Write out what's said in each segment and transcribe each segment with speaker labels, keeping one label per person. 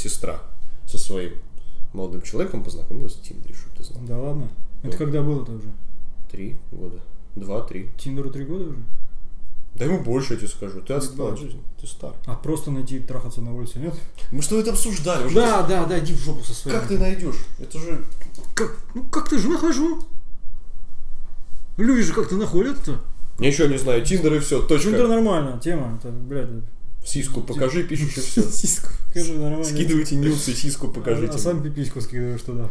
Speaker 1: сестра со своим молодым человеком познакомилась в Тиндере, чтобы ты знал.
Speaker 2: Да ладно. Это когда было-то уже?
Speaker 1: Три года. Два-три.
Speaker 2: Тиндеру три года уже?
Speaker 1: Да ему больше, я тебе скажу. Ты отстал от
Speaker 2: бывает.
Speaker 1: жизни. Ты стар.
Speaker 2: А просто найти и трахаться на улице, нет?
Speaker 1: Мы что это обсуждали уже?
Speaker 2: Да, да, да, иди в жопу со своей.
Speaker 1: Как ты найдешь? Это же...
Speaker 2: Как? Ну как ты же нахожу? Люди же как-то находят-то.
Speaker 1: Ничего не знаю. Тиндер и все. Точка.
Speaker 2: Тиндер нормально, тема. Это, блядь, это-
Speaker 1: Сиску покажи, пишешь и все.
Speaker 2: Сиску покажи, нормально.
Speaker 1: Скидывайте нюцы, сиску покажите.
Speaker 2: А, а сам пипиську скидываешь туда.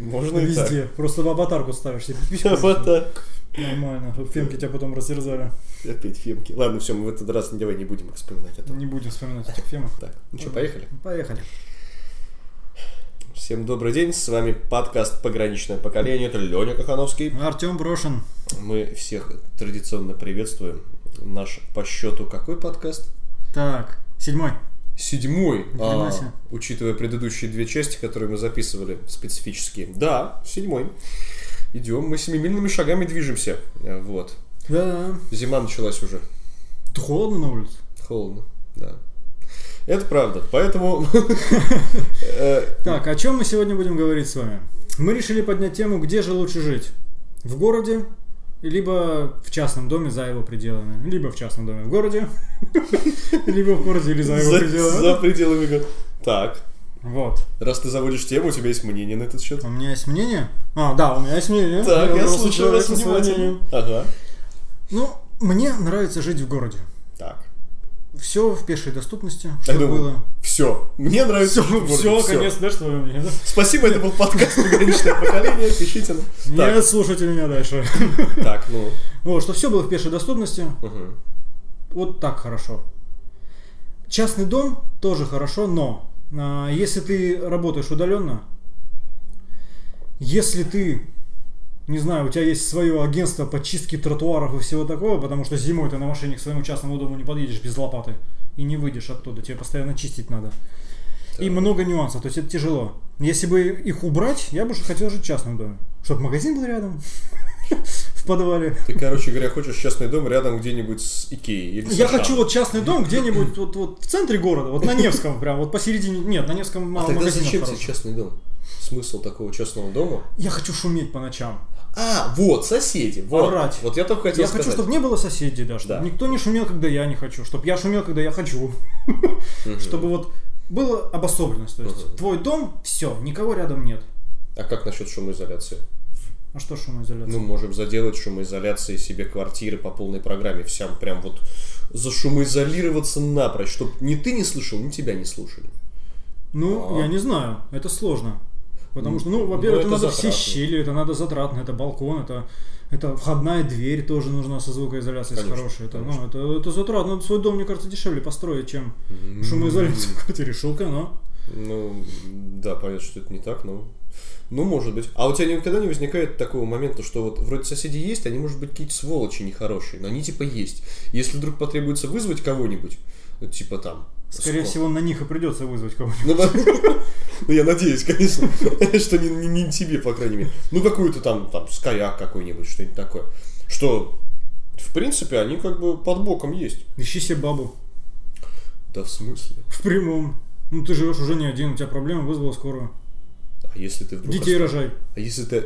Speaker 1: Можно и так.
Speaker 2: Везде. Просто в аватарку ставишь себе пипиську.
Speaker 1: Аватар.
Speaker 2: Нормально, чтобы фемки тебя потом растерзали.
Speaker 1: Опять фемки. Ладно, все, мы в этот раз давай не будем вспоминать это.
Speaker 2: Не будем вспоминать этих фемок.
Speaker 1: Так, ну что, поехали?
Speaker 2: Поехали.
Speaker 1: Всем добрый день, с вами подкаст «Пограничное поколение», это Леня Кахановский.
Speaker 2: Артем Брошин.
Speaker 1: Мы всех традиционно приветствуем. Наш по счету какой подкаст?
Speaker 2: Так, седьмой.
Speaker 1: Седьмой,
Speaker 2: хрена
Speaker 1: а,
Speaker 2: себе.
Speaker 1: учитывая предыдущие две части, которые мы записывали специфические. Да, седьмой. Идем, мы семимильными шагами движемся. Э, Вот.
Speaker 2: Да,
Speaker 1: Зима началась уже.
Speaker 2: да. Холодно на улице.
Speaker 1: Холодно, да. Это правда. Поэтому... э,
Speaker 2: Так, о чем мы сегодня будем говорить с вами? Мы решили поднять тему, где же лучше жить. В городе, либо в частном доме за его пределами. Либо в частном доме в городе, либо в городе или за его
Speaker 1: За за
Speaker 2: пределами.
Speaker 1: пределами игр. Так,
Speaker 2: Вот.
Speaker 1: раз ты заводишь тему, у тебя есть мнение на этот счет.
Speaker 2: У меня есть мнение? А, да, у меня есть мнение.
Speaker 1: Так, я
Speaker 2: взрослый
Speaker 1: слушаю
Speaker 2: человек
Speaker 1: вас
Speaker 2: со своим
Speaker 1: внимательно.
Speaker 2: мнением.
Speaker 1: Ага.
Speaker 2: Ну, мне нравится жить в городе.
Speaker 1: Так.
Speaker 2: Все в пешей доступности,
Speaker 1: Я
Speaker 2: что
Speaker 1: думаю,
Speaker 2: было.
Speaker 1: Все. Мне нравится. жить в городе.
Speaker 2: Все,
Speaker 1: Всё.
Speaker 2: конец, да, что вы мне? да?
Speaker 1: Спасибо, это был подкаст «Пограничное поколение». Пишите нам.
Speaker 2: Нет, слушайте меня дальше.
Speaker 1: Так, так, ну.
Speaker 2: Вот, что все было в пешей доступности,
Speaker 1: мгм.
Speaker 2: вот так хорошо. Частный дом тоже хорошо, но а, если ты работаешь удаленно, если ты, не знаю, у тебя есть свое агентство по чистке тротуаров и всего такого, потому что зимой ты на машине к своему частному дому не подъедешь без лопаты и не выйдешь оттуда, тебе постоянно чистить надо. И много нюансов, то есть это тяжело. Если бы их убрать, я бы уже хотел жить в частном доме. Чтобы магазин был рядом, в подвале.
Speaker 1: Ты, короче говоря, хочешь частный дом рядом где-нибудь с Икеей или с
Speaker 2: Ну, Я
Speaker 1: Ашаном.
Speaker 2: хочу вот частный дом где-нибудь вот, вот в центре города, вот на Невском прям, вот посередине. Нет, на Невском
Speaker 1: А
Speaker 2: мало
Speaker 1: тогда
Speaker 2: магазинов
Speaker 1: зачем тебе
Speaker 2: хороших.
Speaker 1: частный дом? Смысл такого частного дома?
Speaker 2: Я хочу шуметь по ночам.
Speaker 1: А, вот, соседи. Вот,
Speaker 2: Орать.
Speaker 1: вот я только хотел
Speaker 2: я
Speaker 1: сказать.
Speaker 2: хочу, чтобы не было соседей, да, чтобы
Speaker 1: Да.
Speaker 2: никто не шумел, когда я не хочу, чтобы я шумел, когда я хочу,
Speaker 1: Мгм.
Speaker 2: чтобы вот была обособленность, то
Speaker 1: Мгм.
Speaker 2: есть твой дом, все, никого рядом нет.
Speaker 1: А как насчет шумоизоляции?
Speaker 2: А что шумоизоляция?
Speaker 1: Мы можем заделать шумоизоляции себе квартиры по полной программе. Всем прям вот зашумоизолироваться напрочь, чтобы ни ты не слышал, ни тебя не слушали.
Speaker 2: Ну,
Speaker 1: А.
Speaker 2: я не знаю, это сложно.
Speaker 1: Ну,
Speaker 2: Потому что, ну,
Speaker 1: ну,
Speaker 2: во-первых, это
Speaker 1: это
Speaker 2: надо все
Speaker 1: затратно.
Speaker 2: щели, это надо затратно, это балкон, это, это входная дверь тоже нужна со звукоизоляцией, с
Speaker 1: Конечно,
Speaker 2: хорошей. Это, ну,
Speaker 1: конечно.
Speaker 2: это, это затратно. Надо Свой дом, мне кажется, дешевле построить, чем
Speaker 1: М-м-м.
Speaker 2: шумоизоляцию в квартире. Шелка, но...
Speaker 1: Ну, да, понятно, что это не так, но... Ну, может быть. А у тебя никогда не возникает такого момента, что вот вроде соседи есть, они, может быть, какие-то сволочи нехорошие, но они типа есть. Если вдруг потребуется вызвать кого-нибудь, ну, типа там...
Speaker 2: Скорее
Speaker 1: скот.
Speaker 2: всего, на них и придется вызвать кого-нибудь.
Speaker 1: Ну, да. Ну, я надеюсь, конечно, что не- не не тебе, по крайней мере. Ну, какую-то там, там, скаяк какой-нибудь, что-нибудь такое. Что, в принципе, они как бы под боком есть.
Speaker 2: Ищи себе бабу.
Speaker 1: Да в смысле?
Speaker 2: В прямом. Ну, ты живешь уже не один, у тебя проблема, вызвал скорую.
Speaker 1: А если ты вдруг...
Speaker 2: Детей
Speaker 1: ост-
Speaker 2: рожай.
Speaker 1: А если ты...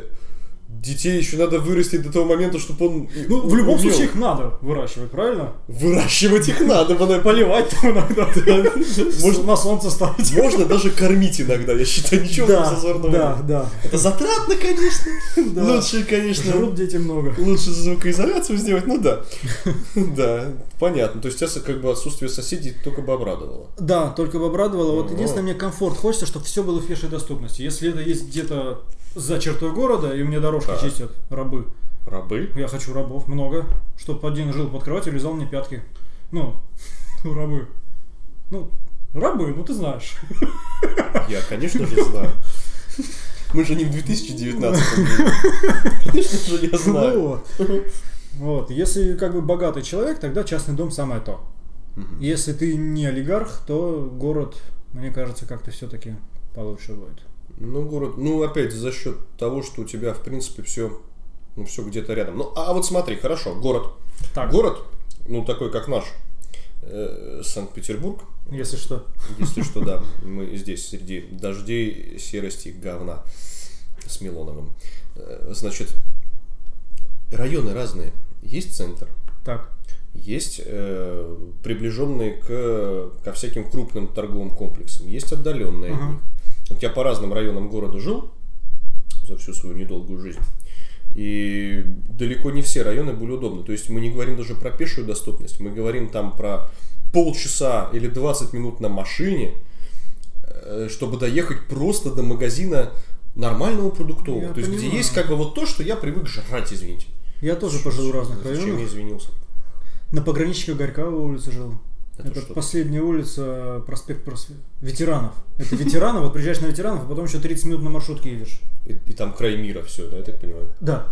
Speaker 1: Детей еще надо вырастить до того момента, чтобы он...
Speaker 2: Ну, в любом
Speaker 1: умел.
Speaker 2: случае их надо выращивать, правильно?
Speaker 1: Выращивать их надо, она-
Speaker 2: Поливать там иногда.
Speaker 1: Может-
Speaker 2: Может, на солнце ставить.
Speaker 1: Можно даже кормить иногда, я считаю, ничего в этом зазорного Ну,
Speaker 2: да,
Speaker 1: нет.
Speaker 2: да.
Speaker 1: Это затратно, конечно.
Speaker 2: Да.
Speaker 1: Лучше, конечно,
Speaker 2: Жрут дети много.
Speaker 1: лучше звукоизоляцию сделать, ну да. Да, понятно. То есть тебя как бы отсутствие соседей только бы обрадовало.
Speaker 2: Да, только бы обрадовало. Вот
Speaker 1: Ого.
Speaker 2: единственное, мне комфорт хочется, чтобы все было в пешей доступности. Если это есть где-то за чертой города, и мне дорожки
Speaker 1: Так.
Speaker 2: чистят рабы.
Speaker 1: Рабы?
Speaker 2: Я хочу рабов много, чтобы один жил под кроватью и лизал мне пятки. Ну, ну, рабы. Ну, рабы, ну ты знаешь.
Speaker 1: Я, конечно же, знаю. Мы же не в 2019 году. Конечно же, я знаю.
Speaker 2: Вот. Вот, если как бы богатый человек, тогда частный дом самое то.
Speaker 1: Мгм.
Speaker 2: Если ты не олигарх, то город, мне кажется, как-то все-таки получше будет.
Speaker 1: Ну, город, ну, опять за счет того, что у тебя, в принципе, все, ну, все где-то рядом. Ну, а вот смотри, хорошо, город.
Speaker 2: Так,
Speaker 1: Город, ну, такой, как наш, э, Санкт-Петербург.
Speaker 2: Если что.
Speaker 1: Если что, да, мы здесь среди дождей, серости, говна с Милоновым. Э, Значит, районы разные. Есть центр,
Speaker 2: Так.
Speaker 1: есть э, приближенные к, ко всяким крупным торговым комплексам, есть отдаленные от
Speaker 2: Ага.
Speaker 1: них. Вот я по разным районам города жил за всю свою недолгую жизнь. И далеко не все районы были удобны. То есть мы не говорим даже про пешую доступность, мы говорим там про полчаса или 20 минут на машине, э, чтобы доехать просто до магазина нормального продуктового.
Speaker 2: Я
Speaker 1: То есть где
Speaker 2: понимаю.
Speaker 1: есть как бы вот то, что я привык жрать, извините.
Speaker 2: Я тоже пожил в разных
Speaker 1: Зачем я
Speaker 2: районах.
Speaker 1: извинился?
Speaker 2: На пограничке Горького улице жил.
Speaker 1: Это
Speaker 2: Это,
Speaker 1: что?
Speaker 2: последняя улица, проспект Просве- Ветеранов. Это ветеранов, вот приезжаешь на ветеранов, а потом еще 30 минут на маршрутке едешь.
Speaker 1: И, и там край мира все, да, я так понимаю.
Speaker 2: Да.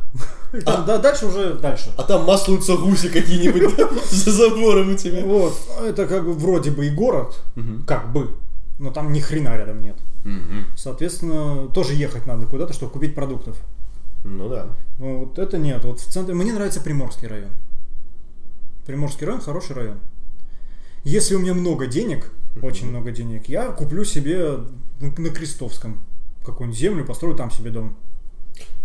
Speaker 2: И там- да, дальше уже дальше.
Speaker 1: А там маслуются гуси какие-нибудь да, за забором у тебя.
Speaker 2: Вот, это как бы вроде бы и город,
Speaker 1: Мгм.
Speaker 2: как бы, но там ни хрена рядом нет. Соответственно, тоже ехать надо куда-то, чтобы купить продуктов.
Speaker 1: Ну да.
Speaker 2: Ну, Вот это нет. Вот в центре. Мне нравится Приморский район. Приморский район хороший район. Если у меня много денег,
Speaker 1: Мгм.
Speaker 2: очень много денег, я куплю себе на на Крестовском какую-нибудь землю, построю там себе дом.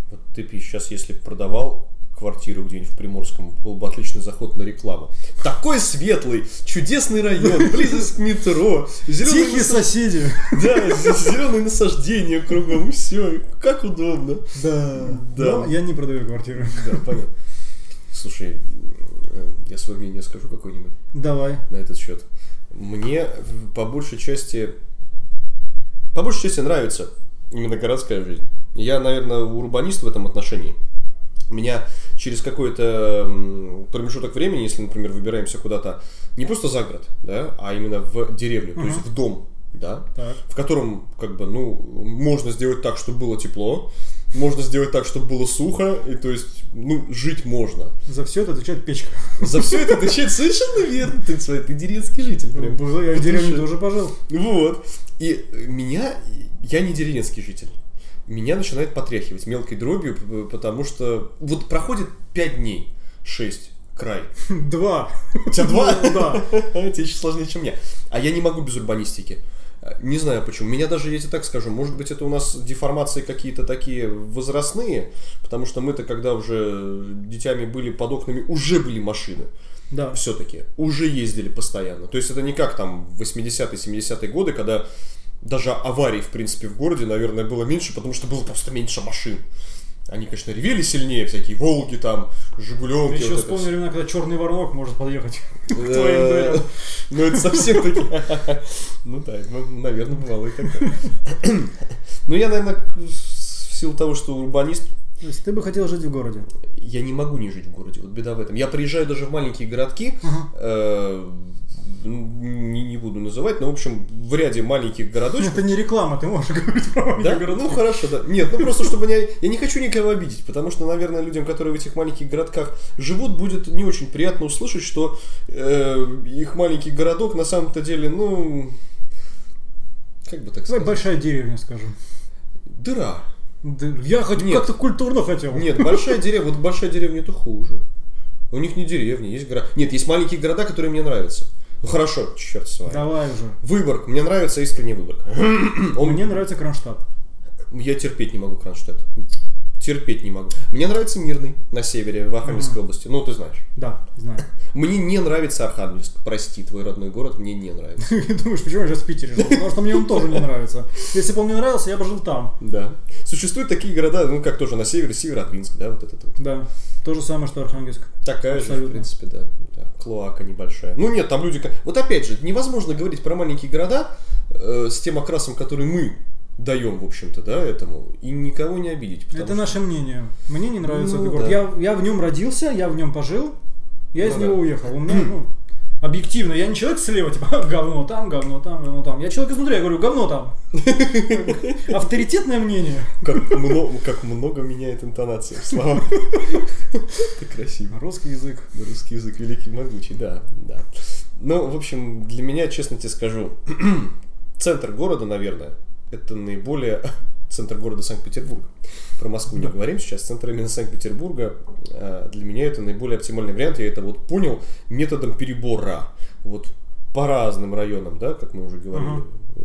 Speaker 1: Вот ты бы сейчас, если б продавал квартиру где-нибудь в Приморском, был бы отличный заход на рекламу. Такой светлый, чудесный район, близость к метро,
Speaker 2: Тихие
Speaker 1: зеленые,
Speaker 2: соседи.
Speaker 1: зеленые насаждения кругом, и все, как удобно.
Speaker 2: Да.
Speaker 1: Да.
Speaker 2: Но я не продаю квартиру.
Speaker 1: Да, понятно. Слушай, э, я свое мнение скажу какое-нибудь.
Speaker 2: Давай.
Speaker 1: на этот счет. Мне в- по большей части по большей части нравится именно городская жизнь. Я, наверное, урбанист в этом отношении. Меня через какой-то м, промежуток времени, если, например, выбираемся куда-то не просто за город, да, а именно в деревню, то есть
Speaker 2: Мгм.
Speaker 1: в дом, да,
Speaker 2: Так.
Speaker 1: в котором, как бы, ну, можно сделать так, чтобы было тепло, можно сделать так, чтобы было сухо, и то есть, ну, жить можно.
Speaker 2: За все это отвечает печка.
Speaker 1: За все это отвечает совершенно верно. Ты, смотри, ты деревенский житель. Прям.
Speaker 2: Был Я в
Speaker 1: Потому
Speaker 2: деревне
Speaker 1: что-
Speaker 2: тоже пожил.
Speaker 1: Вот. И э, меня... Я не деревенский житель. Меня начинает потряхивать мелкой дробью, п- потому что... Вот проходит 5 дней, 6, край.
Speaker 2: Два.
Speaker 1: У тебя два?
Speaker 2: Ну, Да.
Speaker 1: Тебе еще сложнее, чем мне. А я не могу без урбанистики. Э, Не знаю почему. Меня даже, я тебе так скажу, может быть, это у нас деформации какие-то такие возрастные, потому что мы-то, когда уже детьми были под окнами, уже были машины
Speaker 2: Да.
Speaker 1: все-таки уже ездили постоянно. То есть это не как там 80-70-е годы, когда даже аварий, в принципе, в городе, наверное, было меньше, потому что было просто меньше машин. Они, конечно, ревели сильнее, всякие Волги там, Жигуленки.
Speaker 2: Еще
Speaker 1: вот это
Speaker 2: вспомнили времена, когда черный воронок может подъехать.
Speaker 1: всё.
Speaker 2: твоим
Speaker 1: Э,
Speaker 2: дверям.
Speaker 1: Ну, это совсем таки... Ну да, наверное, бывало и такое. Ну, я, наверное, к- в силу того, что урбанист,
Speaker 2: То есть ты бы хотел жить в городе.
Speaker 1: я не могу не жить в городе. Вот беда в этом. Я приезжаю даже в маленькие городки,
Speaker 2: Ага.
Speaker 1: э, не, не буду называть, но, в общем, в ряде маленьких городочков.
Speaker 2: Это не реклама, ты можешь говорить про маленькие
Speaker 1: Да?
Speaker 2: города.
Speaker 1: Ну хорошо, да. Нет, ну просто чтобы не... Я не хочу никого обидеть, потому что, наверное, людям, которые в этих маленьких городках живут, будет не очень приятно услышать, что э, их маленький городок на самом-то деле, ну... Как бы так
Speaker 2: Давай
Speaker 1: сказать?
Speaker 2: большая деревня, скажем.
Speaker 1: Дыра.
Speaker 2: Да, я хоть
Speaker 1: Нет.
Speaker 2: как-то культурно хотел.
Speaker 1: Нет, большая деревня, вот большая деревня это хуже. У них не деревня, есть города. Нет, есть маленькие города, которые мне нравятся. Ну хорошо, черт с вами.
Speaker 2: Давай уже.
Speaker 1: Выборг. Мне нравится искренне Выборг. Он...
Speaker 2: Мне нравится Кронштадт.
Speaker 1: Я терпеть не могу Кронштадт. Терпеть не могу. Мне нравится Мирный на севере, в Архангельской области. Ну, ты знаешь.
Speaker 2: Да, знаю.
Speaker 1: Мне не нравится Архангельск. Прости, твой родной город мне не нравится.
Speaker 2: Ты думаешь, почему я сейчас в Питере жил? Потому что мне он тоже не нравится. Если бы он мне нравился, я бы жил там.
Speaker 1: Да. Существуют такие города, ну, как тоже на севере, Северодвинск, да, вот этот вот.
Speaker 2: Да. То же самое, что Архангельск.
Speaker 1: Такая же, в
Speaker 2: Абсолютно.
Speaker 1: принципе, да. да. Клоака небольшая. Ну нет, там люди... ка- Вот опять же, невозможно говорить про маленькие города э, с тем окрасом, который мы даем, в общем-то, да, этому, и никого не обидеть. потому
Speaker 2: Это
Speaker 1: что-
Speaker 2: наше мнение. Мне не нравится
Speaker 1: Ну,
Speaker 2: этот город.
Speaker 1: да.
Speaker 2: Я, я в нем родился, я в нем пожил, я из
Speaker 1: Ну,
Speaker 2: него
Speaker 1: да.
Speaker 2: уехал. У меня, ну, объективно, я не человек слева, типа, «А, говно там, говно там, говно там. Я человек изнутри, я говорю, говно там. Авторитетное мнение.
Speaker 1: Как много, как много меняет интонация в словах. Это красиво.
Speaker 2: Русский язык.
Speaker 1: Русский язык великий и могучий, да, да. Ну, в общем, для меня, честно тебе скажу, центр города, наверное, это наиболее центр города Санкт-Петербург. Про Москву не
Speaker 2: Да.
Speaker 1: говорим сейчас. Центр именно Санкт-Петербурга э, для меня это наиболее оптимальный вариант. Я это вот понял методом перебора. Вот по разным районам, да, как мы уже говорили,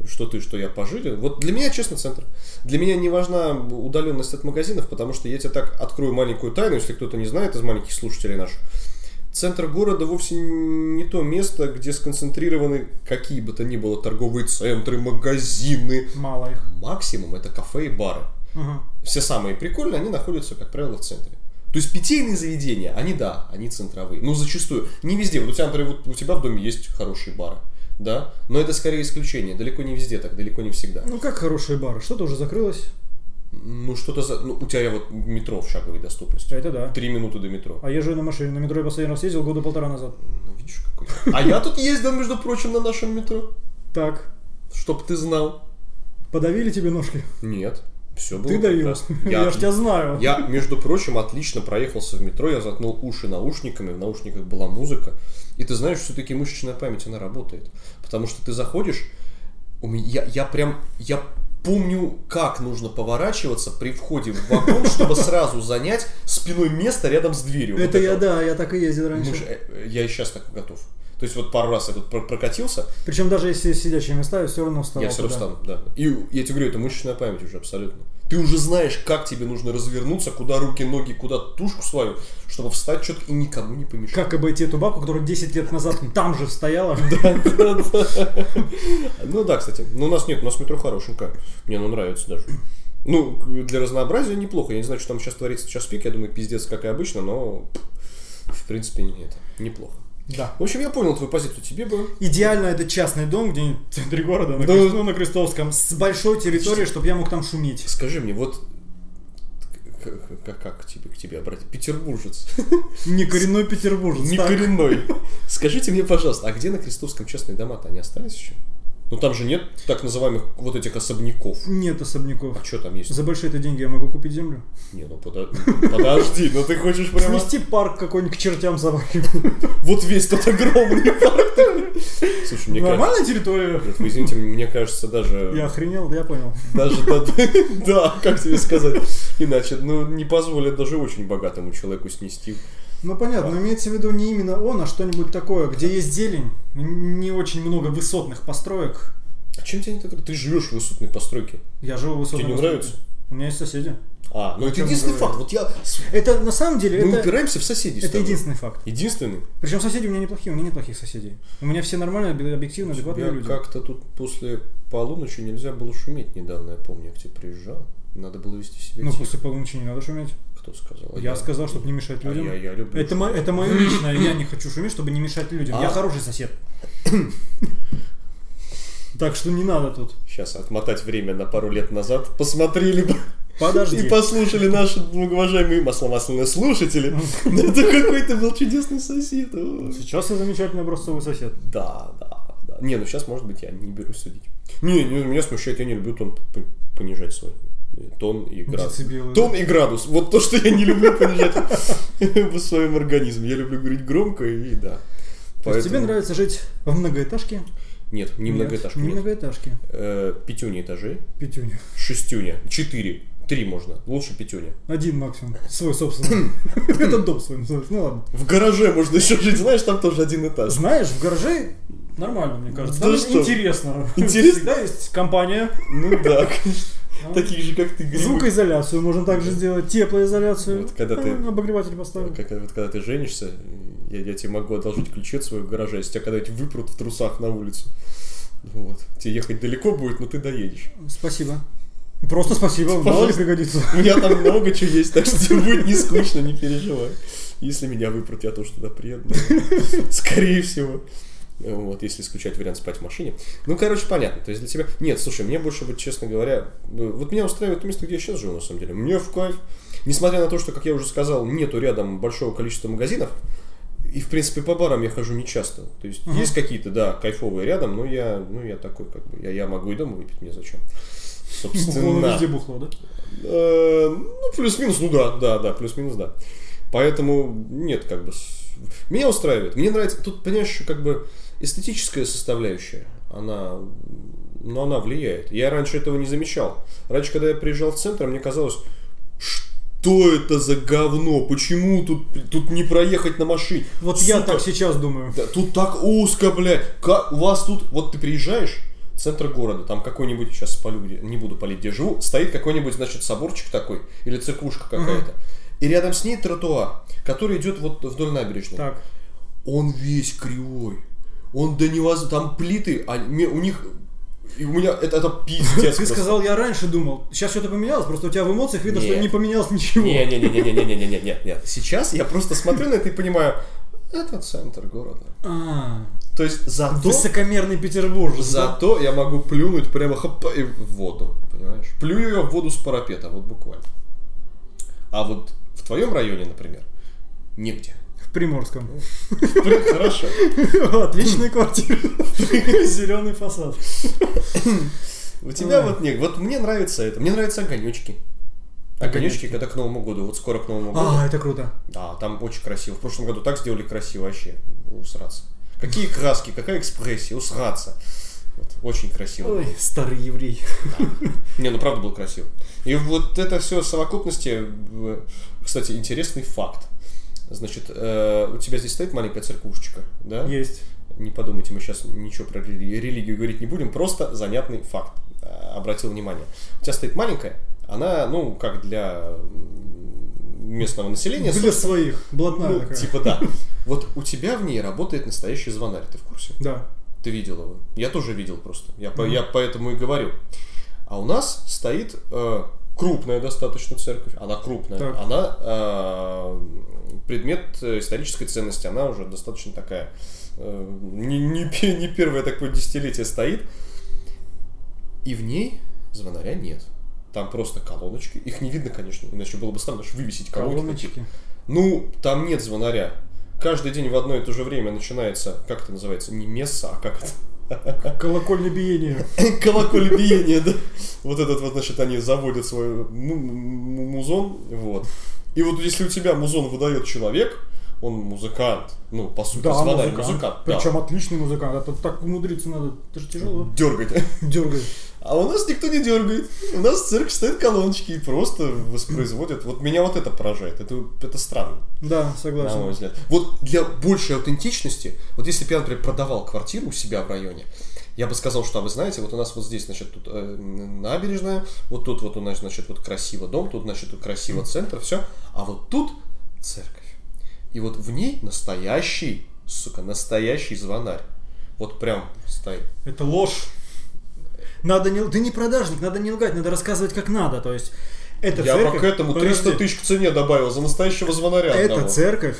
Speaker 1: что ты, что я по Жилину. Вот для меня, честно, центр. Для меня не важна удаленность от магазинов, потому что я тебе так открою маленькую тайну, если кто-то не знает из маленьких слушателей наших. Центр города вовсе не то место, где сконцентрированы какие бы то ни было торговые центры, магазины.
Speaker 2: Мало их.
Speaker 1: Максимум это кафе и бары.
Speaker 2: Мгм.
Speaker 1: Все самые прикольные, они находятся, как правило, в центре. То есть питейные заведения, они да, они центровые. Ну, зачастую. Не везде. Вот у тебя, например, вот у тебя в доме есть хорошие бары. Да, но это скорее исключение. Далеко не везде так, далеко не всегда.
Speaker 2: Ну как хорошие бары? Что-то уже закрылось.
Speaker 1: Ну, что-то за... Ну, у тебя вот метро в шаговой доступности.
Speaker 2: Это да.
Speaker 1: Три минуты до метро.
Speaker 2: А я же на машине, на метро я последний раз ездил года полтора назад.
Speaker 1: Ну, видишь, какой. А я тут ездил, между прочим, на нашем метро.
Speaker 2: Так,
Speaker 1: Чтоб ты знал.
Speaker 2: подавили тебе ножки?
Speaker 1: Нет. Все было
Speaker 2: Ты давил.
Speaker 1: прекрасно.
Speaker 2: Я, ж тебя знаю.
Speaker 1: Я, между прочим, отлично проехался в метро, я заткнул уши наушниками, в наушниках была музыка. И ты знаешь, все-таки мышечная память, она работает. Потому что ты заходишь, у меня, я, я прям, я помню, как нужно поворачиваться при входе в вагон, чтобы сразу занять спиной место рядом с дверью. Вот
Speaker 2: Это я,
Speaker 1: вот.
Speaker 2: да, я так и ездил
Speaker 1: Ну,
Speaker 2: раньше.
Speaker 1: ж, э, э, я и сейчас так готов. То есть вот пару раз я тут про- прокатился,
Speaker 2: Причем даже если сидячие места, я все равно вставал.
Speaker 1: я все
Speaker 2: туда.
Speaker 1: встану, да. И я тебе говорю, это мышечная память уже абсолютно. Ты уже знаешь, как тебе нужно развернуться, куда руки, ноги, куда тушку свою, чтобы встать четко и никому не помешать.
Speaker 2: Как обойти эту бабку, которая 10 лет назад там же стояла?
Speaker 1: Ну да, кстати. Но у нас нет, у нас метро хорошенькое. Мне оно нравится даже. Ну, для разнообразия неплохо. Я не знаю, что там сейчас творится в час пик. Я думаю, пиздец, как и обычно, но в принципе нет, неплохо.
Speaker 2: Да.
Speaker 1: В общем, я понял твою позицию. Тебе бы
Speaker 2: Идеально это частный дом где-нибудь в центре города, на,
Speaker 1: Да.
Speaker 2: Крес- ну, на Крестовском, с большой территорией, чтобы я мог там шуметь.
Speaker 1: Скажи мне, вот к- как, как к тебе, к тебе обратиться? Петербуржец.
Speaker 2: Не коренной петербуржец.
Speaker 1: Не
Speaker 2: так.
Speaker 1: коренной. Скажите мне, пожалуйста, а где на Крестовском частные дома-то они остались еще? Ну там же нет так называемых вот этих особняков.
Speaker 2: Нет особняков.
Speaker 1: А что там есть?
Speaker 2: За большие-то деньги я могу купить землю.
Speaker 1: Не, ну подо- подожди, ну ты хочешь прямо...
Speaker 2: Смести парк какой-нибудь к чертям собаки.
Speaker 1: Вот весь тот огромный парк. Слушай, мне кажется...
Speaker 2: Нормальная территория.
Speaker 1: Нет, вы Извините, мне кажется, даже...
Speaker 2: Я охренел, я понял.
Speaker 1: Даже да, да, как тебе сказать, иначе, ну, не позволят даже очень богатому человеку снести.
Speaker 2: Ну понятно, но имеется в виду не именно он, а что-нибудь такое, где есть зелень, не очень много высотных построек.
Speaker 1: А чем тебе не так? Ты живешь в высотной постройке.
Speaker 2: Я живу в высотной
Speaker 1: Тебе не
Speaker 2: постройке.
Speaker 1: нравится?
Speaker 2: У меня есть соседи.
Speaker 1: А, ну это
Speaker 2: чем мы
Speaker 1: единственный
Speaker 2: говорим?
Speaker 1: факт. Вот я...
Speaker 2: Это на самом деле
Speaker 1: Мы
Speaker 2: это,
Speaker 1: упираемся в соседей. с
Speaker 2: это
Speaker 1: тобой.
Speaker 2: единственный факт.
Speaker 1: Единственный?
Speaker 2: Причем соседи у меня неплохие, у меня нет плохих соседей. У меня все нормальные, обе- объективно, адекватные
Speaker 1: Я
Speaker 2: люди.
Speaker 1: как-то тут после полуночи нельзя было шуметь недавно, я помню, я к тебе приезжал. Надо было вести себя
Speaker 2: Ну
Speaker 1: тихо.
Speaker 2: после полуночи не надо шуметь.
Speaker 1: Кто сказал? А
Speaker 2: Я сказал, чтобы не мешать
Speaker 1: А
Speaker 2: людям.
Speaker 1: я, я люблю.
Speaker 2: Это, мо-
Speaker 1: шуметь.
Speaker 2: это мое личное, я не хочу шуметь, чтобы не мешать людям. Я
Speaker 1: А.
Speaker 2: хороший сосед. Так что не надо тут.
Speaker 1: Сейчас отмотать время на пару лет назад. Посмотрели бы
Speaker 2: Подожди.
Speaker 1: и послушали наши многоуважаемые масломасляные слушатели. Это какой ты был чудесный сосед. Ой.
Speaker 2: Сейчас я замечательный образцовый сосед.
Speaker 1: Да, да, да. Не, ну сейчас, может быть, я не берусь судить. Не, не, меня смущает, я не люблю тон п- понижать свой э, тон и градус.
Speaker 2: Децибелы.
Speaker 1: Тон и градус. Вот то, что я не люблю понижать в своем организме. Я люблю говорить громко и да.
Speaker 2: То есть тебе
Speaker 1: Поэтому-
Speaker 2: нравится жить в многоэтажке?
Speaker 1: Нет, не
Speaker 2: Нет,
Speaker 1: многоэтажка.
Speaker 2: Не
Speaker 1: нет.
Speaker 2: многоэтажке.
Speaker 1: Э, Пятюня этажей.
Speaker 2: Пятюня.
Speaker 1: Шестюня. Четыре. Три можно. Лучше пятюня.
Speaker 2: Один максимум. Свой собственный. Это дом свой называется. Ну ладно.
Speaker 1: В гараже можно еще жить, знаешь, там тоже один этаж.
Speaker 2: Знаешь, в гараже нормально, мне кажется.
Speaker 1: Да
Speaker 2: Там
Speaker 1: что?
Speaker 2: интересно.
Speaker 1: Интересно?
Speaker 2: Всегда есть компания. Ну,
Speaker 1: Ну да, конечно. Таких же, как ты, грибы.
Speaker 2: Звукоизоляцию можно также сделать, теплоизоляцию.
Speaker 1: Вот когда ты-
Speaker 2: М, Обогреватель
Speaker 1: Да,
Speaker 2: поставил.
Speaker 1: Как, вот когда ты женишься, я, я тебе могу одолжить ключи от своего гаража, если тебя когда-нибудь выпрут в трусах на улицу. Вот. Тебе ехать далеко будет, но ты доедешь.
Speaker 2: Спасибо. Просто спасибо, мало ли
Speaker 1: Пожалуйста.
Speaker 2: пригодится.
Speaker 1: У меня там много чего есть, так что тебе будет не скучно, не переживай. Если меня выпрут, я тоже туда приеду. наверное. Скорее всего. Вот, если исключать вариант спать в машине. Ну, короче, понятно. То есть для тебя... Нет, слушай, мне больше, вот, честно говоря, э, вот меня устраивает то место, где я сейчас живу, на самом деле. Мне в кайф. Несмотря на то, что, как я уже сказал, нету рядом большого количества магазинов, и, в принципе, по барам я хожу не часто. То есть,
Speaker 2: Мгм.
Speaker 1: есть какие-то, да, кайфовые рядом, но я, ну, я такой, как бы, я, я могу и дома выпить, мне зачем.
Speaker 2: Бухло
Speaker 1: Собственно.
Speaker 2: везде бухло, да?
Speaker 1: Э, Ну, плюс-минус, ну да, да, да, плюс-минус, да. Поэтому нет, как бы... с- Меня устраивает. Мне нравится... Тут, понимаешь, еще как бы эстетическая составляющая, она... ну, Но она влияет. Я раньше этого не замечал. Раньше, когда я приезжал в центр, мне казалось, что это за говно? Почему тут, тут не проехать на машине?
Speaker 2: Вот
Speaker 1: Сука,
Speaker 2: я так сейчас думаю.
Speaker 1: да тут так узко, блядь. Как, у вас тут... Вот ты приезжаешь, в центр города, там какой-нибудь, сейчас спалю, где- не буду палить, где живу, стоит какой-нибудь, значит, соборчик такой, или церквушка какая-то. И рядом с ней тротуар, который идет вот вдоль набережной.
Speaker 2: Так.
Speaker 1: Он весь кривой. Он до невозможно... Там плиты, а ме- у них... И у меня это, это пиздец.
Speaker 2: Ты
Speaker 1: просто.
Speaker 2: сказал, я раньше думал. Сейчас что-то поменялось, просто у тебя в эмоциях видно, что
Speaker 1: Нет.
Speaker 2: не поменялось ничего.
Speaker 1: Не-не-не-не-не-не-не-не-не. Сейчас я просто смотрю на это и понимаю, это центр города.
Speaker 2: А,
Speaker 1: То есть зато,
Speaker 2: высокомерный Петербург.
Speaker 1: зато я могу плюнуть прямо хоп, и в воду, понимаешь? Плюю я в воду с парапета, вот буквально. А вот в твоем районе, например, негде.
Speaker 2: В Приморском.
Speaker 1: Блин, Хорошо.
Speaker 2: Отличная квартира. Зеленый фасад.
Speaker 1: У тебя
Speaker 2: Ой.
Speaker 1: вот не, вот мне нравится это, мне нравятся огонечки. Огонечки,
Speaker 2: Огонечки.
Speaker 1: когда к Новому году, вот скоро к Новому году.
Speaker 2: А, это круто.
Speaker 1: Да, там очень красиво. В прошлом году так сделали красиво вообще. Усраться. Какие краски, какая экспрессия, усраться. Вот, очень красиво.
Speaker 2: Ой, старый еврей.
Speaker 1: Не, ну правда было красиво. И вот это все в совокупности, в- кстати, интересный факт. Значит, э, у тебя здесь стоит маленькая церквушечка, да?
Speaker 2: Есть.
Speaker 1: Не подумайте, мы сейчас ничего про рели- религию говорить не будем, просто занятный факт. э, Обратил внимание. У тебя стоит маленькая, она, ну, как для м, местного населения.
Speaker 2: Для
Speaker 1: собственно,
Speaker 2: своих. Блатная
Speaker 1: ну,
Speaker 2: такая.
Speaker 1: типа да. Вот у тебя в ней работает настоящий звонарь, ты в курсе?
Speaker 2: Да.
Speaker 1: Ты видел его? Я тоже видел просто. Я, по-
Speaker 2: Мгм.
Speaker 1: я поэтому и говорю. А у нас стоит э, крупная достаточно церковь. Она крупная.
Speaker 2: Так.
Speaker 1: Она э, предмет э, исторической ценности. Она уже достаточно такая. э, не, не пе- не первое такое десятилетие стоит. И в ней звонаря нет. Там просто колоночки. Их не видно, конечно, иначе было бы странно ж вывесить колонки. такие.
Speaker 2: Колоночки.
Speaker 1: Ну, там нет звонаря. Каждый день в одно и то же время начинается, как это называется, не месса, а как это?
Speaker 2: Колокольное биение.
Speaker 1: Колоколебиение, да? Вот этот вот, значит, они заводят свой му- му- музон, вот. И вот если у тебя музон выдает человек, он музыкант, ну, по сути, звонарь, музыкант,
Speaker 2: Причем отличный музыкант. Это так умудриться надо. Это же тяжело.
Speaker 1: Дергать.
Speaker 2: Дергает.
Speaker 1: А у нас никто не дергает. У нас цирк стоит колоночки и просто воспроизводят. Вот меня вот это поражает. Это, это странно.
Speaker 2: Да,
Speaker 1: На мой
Speaker 2: согласен.
Speaker 1: взгляд. Вот для большей аутентичности, вот если бы я, например, продавал квартиру у себя в районе, я бы сказал, что, а вы знаете, вот у нас вот здесь, значит, тут э, н- набережная, вот тут вот у нас, значит, вот красиво дом, тут, значит, тут красиво центр, все, а вот тут церковь. И вот в ней настоящий, сука, настоящий звонарь. Вот прям стоит.
Speaker 2: Это ложь. Надо не... л- Ты не продажник, надо не лгать, надо рассказывать как надо. То есть, это
Speaker 1: Я
Speaker 2: церковь...
Speaker 1: бы к этому
Speaker 2: Подожди.
Speaker 1: 300 тысяч к цене добавил за настоящего звонаря.
Speaker 2: Это
Speaker 1: одного.
Speaker 2: церковь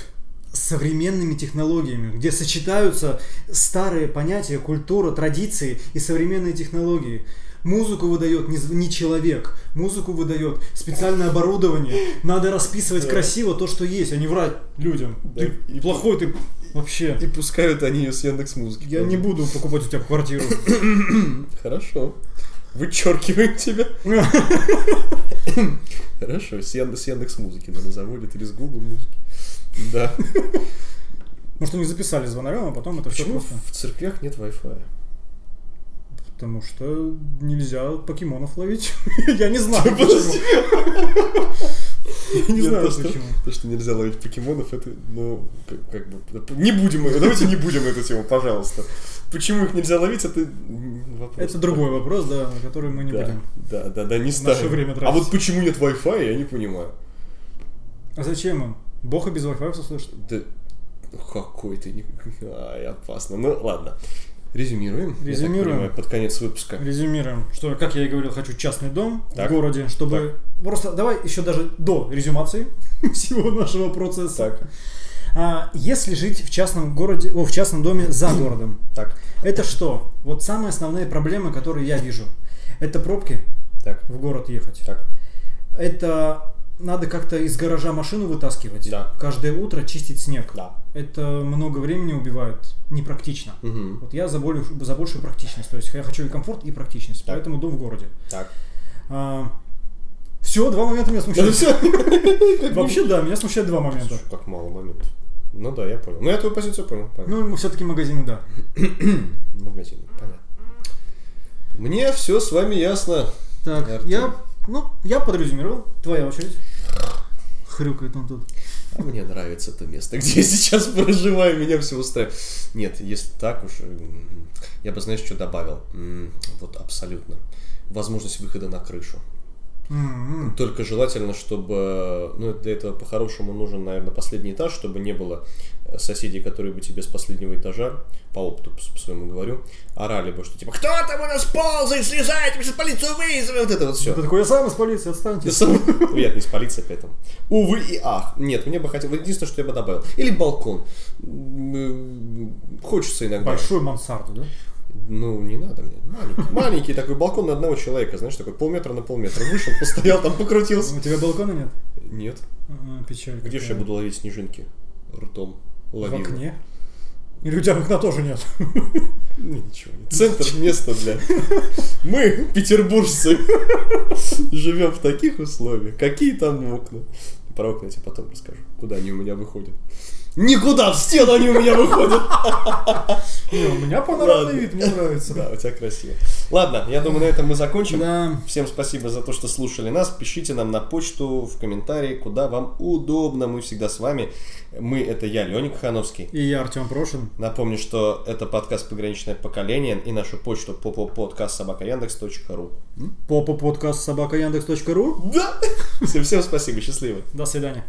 Speaker 2: с современными технологиями, где сочетаются старые понятия, культура, традиции и современные технологии. Музыку выдает не, з- не человек, музыку выдает специальное оборудование. Надо расписывать
Speaker 1: Да.
Speaker 2: красиво то, что есть, а не врать людям.
Speaker 1: Да,
Speaker 2: Ты
Speaker 1: и-
Speaker 2: плохой, ты вообще.
Speaker 1: И пускают они ее с Яндекс Музыки.
Speaker 2: Я не буду покупать у тебя квартиру.
Speaker 1: Хорошо. Вычеркиваем тебя. Хорошо, с, Яндекс, Музыки, наверное, заводит или с Google Музыки. Да.
Speaker 2: Может, они записали звонарем, а потом это все
Speaker 1: Почему
Speaker 2: просто.
Speaker 1: в церквях нет Wi-Fi?
Speaker 2: Потому что нельзя покемонов ловить. Я не знаю, почему. Я не
Speaker 1: Нет,
Speaker 2: знаю,
Speaker 1: то, что-
Speaker 2: почему.
Speaker 1: То, что нельзя ловить покемонов, это, ну, как, как бы... Не будем, давайте не будем эту тему, пожалуйста. Почему их нельзя ловить, это м, вопрос.
Speaker 2: Это другой вопрос, да, на который мы не
Speaker 1: Да,
Speaker 2: будем.
Speaker 1: да, да, да, не
Speaker 2: В наше
Speaker 1: ставим.
Speaker 2: время
Speaker 1: а
Speaker 2: тратить.
Speaker 1: вот почему нет Wi-Fi, я не понимаю.
Speaker 2: А зачем он? Бог и без Wi-Fi все слышит.
Speaker 1: Да ну какой ты... не- Ай, опасно. Ну, ладно. Резюмируем. я так
Speaker 2: Резюмируем.
Speaker 1: понимаю, под конец выпуска.
Speaker 2: Резюмируем, что, как я и говорил, хочу частный дом
Speaker 1: Так.
Speaker 2: в городе, чтобы... Просто давай еще даже до резюмации всего нашего процесса.
Speaker 1: Так,
Speaker 2: А, если жить в частном городе, о, в частном доме за городом,
Speaker 1: так,
Speaker 2: это что? Вот самые основные проблемы, которые я вижу. Это пробки
Speaker 1: так,
Speaker 2: в город ехать.
Speaker 1: так.
Speaker 2: Это надо как-то из гаража машину вытаскивать.
Speaker 1: Да.
Speaker 2: Каждое утро чистить снег.
Speaker 1: Да.
Speaker 2: Это много времени убивает. Непрактично.
Speaker 1: Мгм.
Speaker 2: Вот я за, более- за большую практичность. То есть я хочу и комфорт, и практичность.
Speaker 1: Так.
Speaker 2: Поэтому дом в городе.
Speaker 1: Так.
Speaker 2: все, два момента меня смущают. Вообще,
Speaker 1: Вообще,
Speaker 2: да, меня смущают два момента.
Speaker 1: Слушай, как мало моментов. Ну да, я понял. Ну я твою позицию понял. понятно.
Speaker 2: Ну, все-таки магазины, да.
Speaker 1: Магазин, понятно. Мне все с вами ясно.
Speaker 2: Так,
Speaker 1: Артем.
Speaker 2: я, ну, я подрезюмировал. Твоя очередь. Хрюкает он тут.
Speaker 1: А мне нравится это место, где я сейчас проживаю, меня все устраивает. Нет, если так уж, м, я бы, знаешь, что добавил? М, Вот абсолютно. Возможность выхода на крышу.
Speaker 2: М-м.
Speaker 1: Только желательно, чтобы... Ну, для этого по-хорошему нужен, наверное, последний этаж, чтобы не было э, соседей, которые бы тебе с последнего этажа, по опыту по своему говорю, орали бы, что типа «Кто там у нас ползает, слезает, мы сейчас полицию вызовем!» Вот это вот все.
Speaker 2: Ты такой, я сам из полиции, отстаньте.
Speaker 1: Привет, из полиции при этом. Увы и ах. Нет, мне бы хотелось... Единственное, что я бы добавил. Или балкон. М, э, Хочется иногда.
Speaker 2: Большую мансарду, да?
Speaker 1: Ну, не надо мне. Маленький. Маленький такой балкон на одного человека, знаешь, такой полметра на полметра. Вышел, постоял там, покрутился.
Speaker 2: У тебя балкона нет?
Speaker 1: Нет.
Speaker 2: Ага, Печаль.
Speaker 1: Где же я
Speaker 2: какая.
Speaker 1: буду ловить снежинки ртом?
Speaker 2: В
Speaker 1: Ловил.
Speaker 2: окне? Или у тебя окна тоже нет?
Speaker 1: Ну, ничего. нет. Центр место для... Мы, петербуржцы, живем в таких условиях. Какие там окна? Про окна я тебе потом расскажу. Куда они у меня выходят? Никуда! В стену они у меня выходят!
Speaker 2: Не, у меня панорамный
Speaker 1: Ладно.
Speaker 2: вид, мне нравится.
Speaker 1: Да, у тебя красиво. Ладно, я думаю, на этом мы закончим.
Speaker 2: Да.
Speaker 1: Всем спасибо за то, что слушали нас. Пишите нам на почту, в комментарии, куда вам удобно. Мы всегда с вами. Мы, это я, Леонид Хановский.
Speaker 2: И я, Артем Прошин.
Speaker 1: Напомню, что это подкаст «Пограничное поколение» и нашу почту popoPodcast.sobakayandex.ru
Speaker 2: Попа подкаст собака Яндекс.ру.
Speaker 1: Да! Всем, всем спасибо, счастливо!
Speaker 2: До свидания.